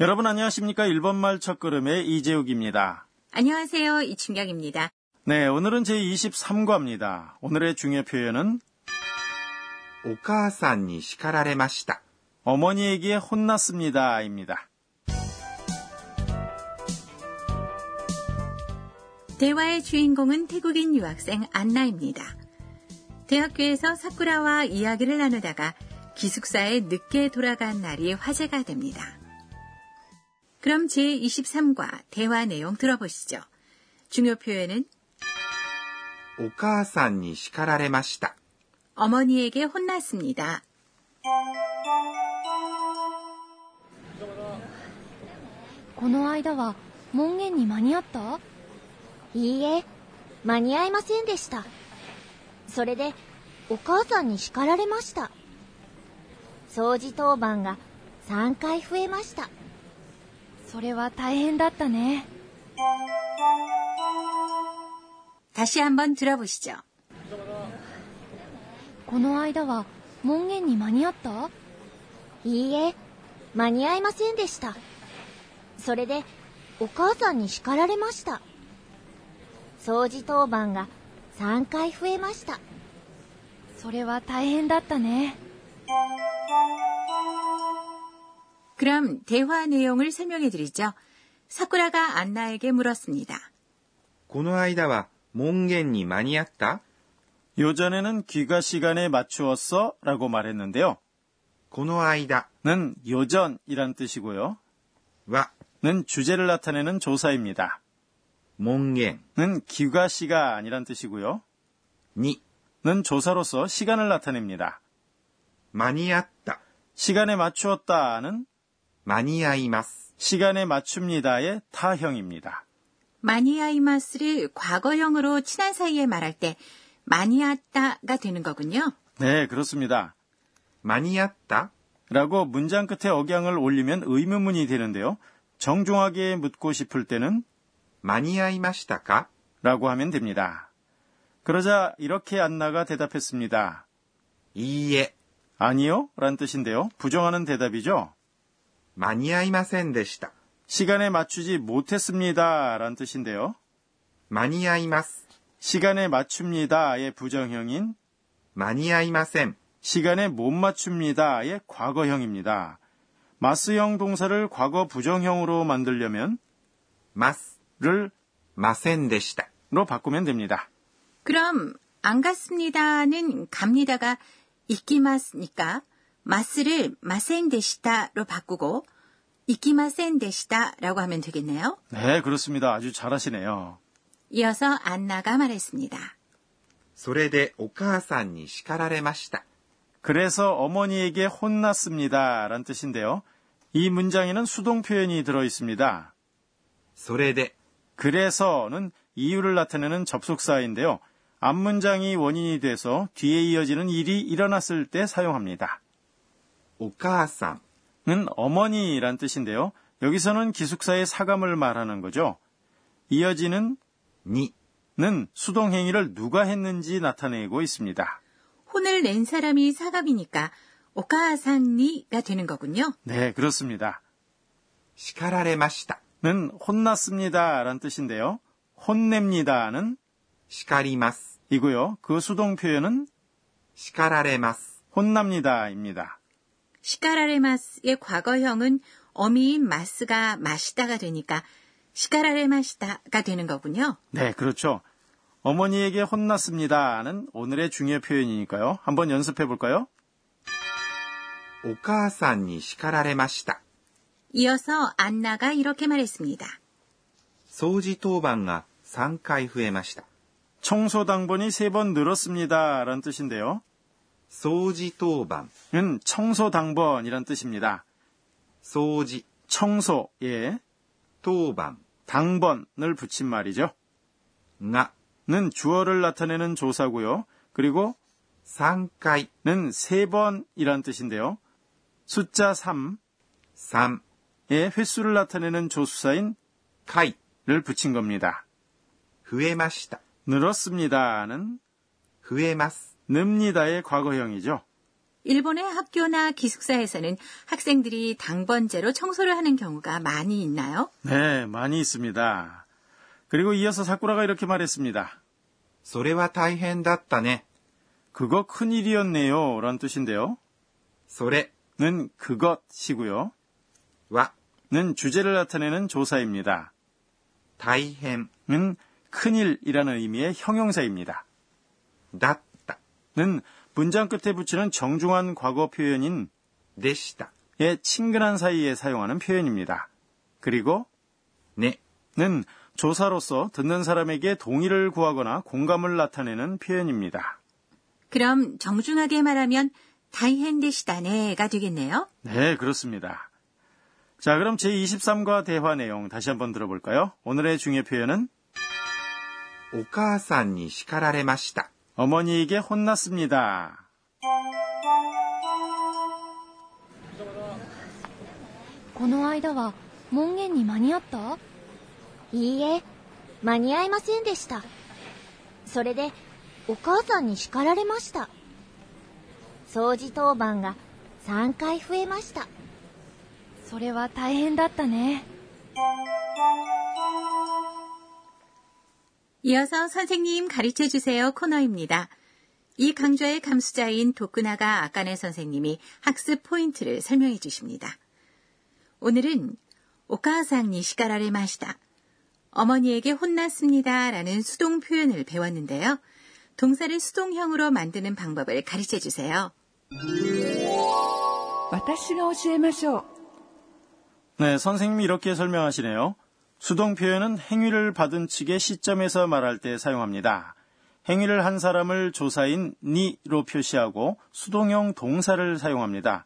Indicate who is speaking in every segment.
Speaker 1: 여러분 안녕하십니까? 일본말 첫걸음의 이재욱입니다.
Speaker 2: 안녕하세요. 이춘경입니다.
Speaker 1: 네, 오늘은 제23과입니다. 오늘의 중요 표현은
Speaker 3: お母さんに叱られました。
Speaker 1: 어머니에게 혼났습니다입니다.
Speaker 2: 대화의 주인공은 태국인 유학생 안나입니다. 대학교에서 사쿠라와 이야기를 나누다가 기숙사에 늦게 돌아간 날이 화제가 됩니다. 그럼 제23과 대화 내용 들어보시죠. 중요 표현은
Speaker 3: お母さんに叱られました。
Speaker 2: 어머니에게 혼났습니다.
Speaker 4: 「この間は門限に間に合った?」いいえ間に合いませんでしたそれでお母さんに叱られました掃除当番が3回増えましたそれは大変だったね
Speaker 2: 다시 한번 들어보시죠.
Speaker 4: この間は門限に間に合ったいいえ間に合いませんでしたそれでお母さんに叱られました掃除当番が3回増えましたそれは大変だったね
Speaker 2: 그럼 대화 내용을 설명해 드리죠. 사쿠라가 안나에게 물었습니다.
Speaker 3: この間は門限に間に合った
Speaker 1: 요전에는 귀가 시간에 맞추었어 라고 말했는데요.
Speaker 3: この間
Speaker 1: 는 요전이란 뜻이고요.
Speaker 3: は
Speaker 1: 는 주제를 나타내는 조사입니다.
Speaker 3: 門限
Speaker 1: 는 귀가 시간이란 뜻이고요.
Speaker 3: に
Speaker 1: 는 조사로서 시간을 나타냅니다.
Speaker 3: 間に合った。
Speaker 1: 시간에 맞추었다는
Speaker 3: 間に合います。
Speaker 1: 시간에 맞춥니다의 타형입니다.
Speaker 2: 마니아이마스를 과거형으로 친한 사이에 말할 때 마니아따가 되는 거군요.
Speaker 1: 네, 그렇습니다.
Speaker 3: 間に合った
Speaker 1: 라고 문장 끝에 억양을 올리면 의문문이 되는데요. 정중하게 묻고 싶을 때는
Speaker 3: 間に合いましたか
Speaker 1: 라고 하면 됩니다. 그러자 이렇게 안나가 대답했습니다.
Speaker 3: いいえ、
Speaker 1: 아니요? 란 뜻인데요. 부정하는 대답이죠.
Speaker 3: 間に合いませんでした。
Speaker 1: 시간에 맞추지 못했습니다. 란 뜻인데요.
Speaker 3: 間に合います。
Speaker 1: 시간에 맞춥니다의 부정형인
Speaker 3: 間に合いません。
Speaker 1: 시간에 못 맞춥니다의 과거형입니다. 마스형 동사를 과거 부정형으로 만들려면
Speaker 3: ます。
Speaker 1: 를
Speaker 3: ませんでした。
Speaker 1: 로 바꾸면 됩니다.
Speaker 2: 그럼 안 갔습니다는 갑니다가 이끼마스니까 마스를 마센데시다로 바꾸고 이끼마센데시다라고 하면 되겠네요.
Speaker 1: 네, 그렇습니다. 아주 잘하시네요.
Speaker 2: 이어서 안나가 말했습니다.
Speaker 3: それでお母さんに叱られました。
Speaker 1: 그래서 어머니에게 혼났습니다. 란 뜻인데요. 이 문장에는 수동 표현이 들어 있습니다.
Speaker 3: それで
Speaker 1: 그래서는 이유를 나타내는 접속사인데요. 앞 문장이 원인이 돼서 뒤에 이어지는 일이 일어났을 때 사용합니다.
Speaker 3: お母さん
Speaker 1: 는 어머니란 뜻인데요. 여기서는 기숙사의 사감을 말하는 거죠. 이어지는
Speaker 3: に
Speaker 1: 는 수동 행위를 누가 했는지 나타내고 있습니다.
Speaker 2: 혼을 낸 사람이 사갑이니까 오카상니가 되는 거군요.
Speaker 1: 네, 그렇습니다.
Speaker 3: 叱られました。
Speaker 1: 는 혼났습니다 란 뜻인데요. 혼냅니다는
Speaker 3: 叱ります。
Speaker 1: 이고요. 그 수동 표현은
Speaker 3: 叱られます。
Speaker 1: 혼납니다입니다.
Speaker 2: 시카라레마스의 과거형은 어미인 마스가 마시다가 되니까 시카라레마시다가 되는 거군요.
Speaker 1: 네, 그렇죠. 어머니에게 혼났습니다는 오늘의 중요 표현이니까요. 한번 연습해 볼까요?
Speaker 3: お母さんに叱られました。
Speaker 2: 이어서 안나가 이렇게 말했습니다.
Speaker 3: 掃除当番が3回増えました。
Speaker 1: 청소 당번이 세 번 늘었습니다 란 뜻인데요.
Speaker 3: 掃除当番、
Speaker 1: 은 청소 당번이란 뜻입니다.
Speaker 3: 掃除
Speaker 1: 청소에
Speaker 3: 当番
Speaker 1: 당번을 붙인 말이죠.
Speaker 3: が
Speaker 1: 는 주어를 나타내는 조사고요. 그리고
Speaker 3: 3回
Speaker 1: 는 세 번이란 뜻인데요. 숫자 3의
Speaker 3: 3
Speaker 1: 예, 횟수를 나타내는 조수사인
Speaker 3: 回
Speaker 1: 를 붙인 겁니다.
Speaker 3: 増えました。
Speaker 1: 늘었습니다는
Speaker 3: 増えます。
Speaker 1: 늡니다의 과거형이죠.
Speaker 2: 일본의 학교나 기숙사에서는 학생들이 당번제로 청소를 하는 경우가 많이 있나요?
Speaker 1: 네, 많이 있습니다. 그리고 이어서 사쿠라가 이렇게 말했습니다.
Speaker 3: それは大変だったね。
Speaker 1: 그거 큰일이었네요. 라는 뜻인데요.
Speaker 3: それ
Speaker 1: 는 그것이고요.
Speaker 3: は
Speaker 1: 는 주제를 나타내는 조사입니다.
Speaker 3: 大変
Speaker 1: 는 큰일이라는 의미의 형용사입니다.
Speaker 3: だった
Speaker 1: 는 문장 끝에 붙이는 정중한 과거 표현인
Speaker 3: でした。
Speaker 1: 의 친근한 사이에 사용하는 표현입니다. 그리고
Speaker 3: ね。
Speaker 1: 는 조사로서 듣는 사람에게 동의를 구하거나 공감을 나타내는 표현입니다.
Speaker 2: 그럼 정중하게 말하면 다이헨데시다네가 되겠네요.
Speaker 1: 네, 그렇습니다. 자, 그럼 제23과 대화 내용 다시 한번 들어볼까요? 오늘의 중요 표현은
Speaker 3: お母さんに叱られました。
Speaker 1: 어머니에게 혼났습니다.
Speaker 4: この間は門限に間に合ったいいえ間に合いませんでしたそれでお母さんに叱られました掃除当番が3回増えましたそれは大変だったね
Speaker 2: 이어서 선생님 가르쳐 주세요 코너입니다. 이 강좌의 감수자인 도쿠나가 아까네 선생님이 학습 포인트를 설명해 주십니다. 오늘은 오카상니 시가라레 마시다. 어머니에게 혼났습니다. 라는 수동 표현을 배웠는데요. 동사를 수동형으로 만드는 방법을 가르쳐 주세요.
Speaker 5: 私が教えましょう
Speaker 1: 네, 선생님이 이렇게 설명하시네요. 수동 표현은 행위를 받은 측의 시점에서 말할 때 사용합니다. 행위를 한 사람을 조사인 니로 표시하고 수동형 동사를 사용합니다.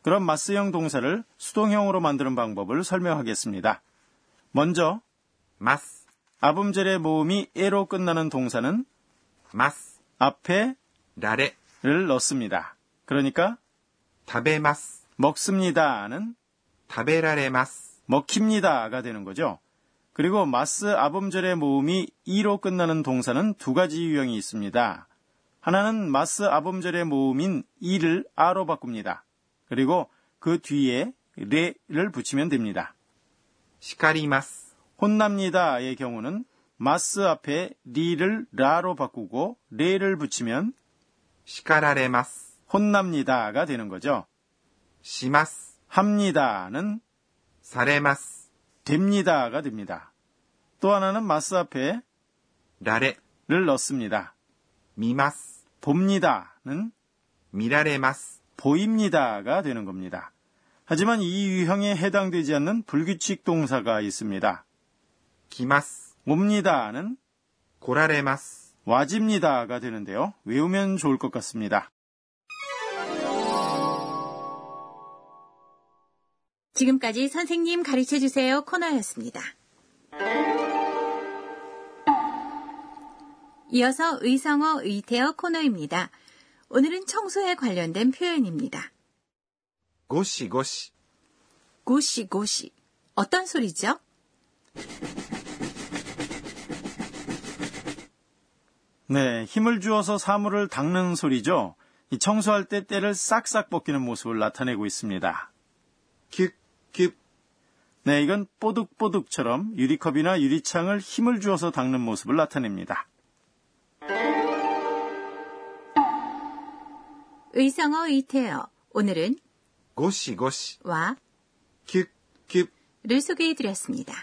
Speaker 1: 그럼 마스형 동사를 수동형으로 만드는 방법을 설명하겠습니다. 먼저
Speaker 3: ます、
Speaker 1: 아붐젤의 모음이 에로 끝나는 동사는
Speaker 3: ます、
Speaker 1: 앞에를
Speaker 3: られ、
Speaker 1: 넣습니다. 그러니까
Speaker 3: 食べます、
Speaker 1: 먹습니다는
Speaker 3: 食べられます、
Speaker 1: 먹힙니다가 되는 거죠. 그리고 마스 아범절의 모음이 이로 끝나는 동사는 두 가지 유형이 있습니다. 하나는 마스 아범절의 모음인 이를 아로 바꿉니다. 그리고 그 뒤에 레를 붙이면 됩니다.
Speaker 3: 叱ります、
Speaker 1: 혼납니다의 경우는 마스 앞에 리를 라로 바꾸고 레를 붙이면
Speaker 3: 叱られます、
Speaker 1: 혼납니다가 되는 거죠.
Speaker 3: します、
Speaker 1: 합니다는
Speaker 3: されます、
Speaker 1: 됩니다가 됩니다. 또 하나는 마스 앞에
Speaker 3: られ、
Speaker 1: 를 넣습니다.
Speaker 3: 見ます、
Speaker 1: 봅니다는
Speaker 3: 見られます、
Speaker 1: 보입니다가 되는 겁니다. 하지만 이 유형에 해당되지 않는 불규칙 동사가 있습니다.
Speaker 3: 来ます、
Speaker 1: 옵니다는
Speaker 3: 来られます、
Speaker 1: 와집니다가 되는데요. 외우면 좋을 것 같습니다.
Speaker 2: 지금까지 선생님 가르쳐 주세요 코너였습니다. 이어서 의성어 의태어 코너입니다. 오늘은 청소에 관련된 표현입니다.
Speaker 3: ゴシゴシ、
Speaker 2: 고시 고시 어떤 소리죠?
Speaker 1: 네, 힘을 주어서 사물을 닦는 소리죠. 이 청소할 때 때를 싹싹 벗기는 모습을 나타내고 있습니다.
Speaker 3: キュッキュッ、
Speaker 1: 네, 이건 뽀득뽀득처럼 유리컵이나 유리창을 힘을 주어서 닦는 모습을 나타냅니다.
Speaker 2: 의성어 의태어 오늘은
Speaker 3: ゴシゴシ、
Speaker 2: 와
Speaker 3: キュッキュッ、
Speaker 2: 를 소개해 드렸습니다.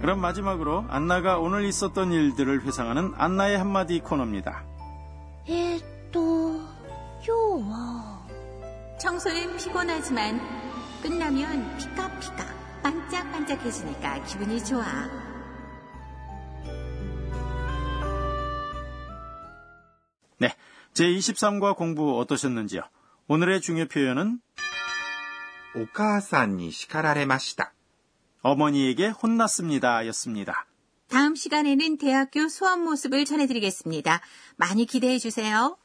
Speaker 1: 그럼 마지막으로 안나가 오늘 있었던 일들을 회상하는 안나의 한마디 코너입니다.
Speaker 4: えーっと今日は
Speaker 2: 청소는 피곤하지만 끝나면 피카피카 반짝반짝해지니까 기분이 좋아.
Speaker 1: 네. 제23과 공부 어떠셨는지요? 오늘의 중요 표현은
Speaker 3: お母さんに叱られました。
Speaker 1: 어머니에게 혼났습니다 였습니다.
Speaker 2: 다음 시간에는 대학교 수업 모습을 전해드리겠습니다. 많이 기대해 주세요.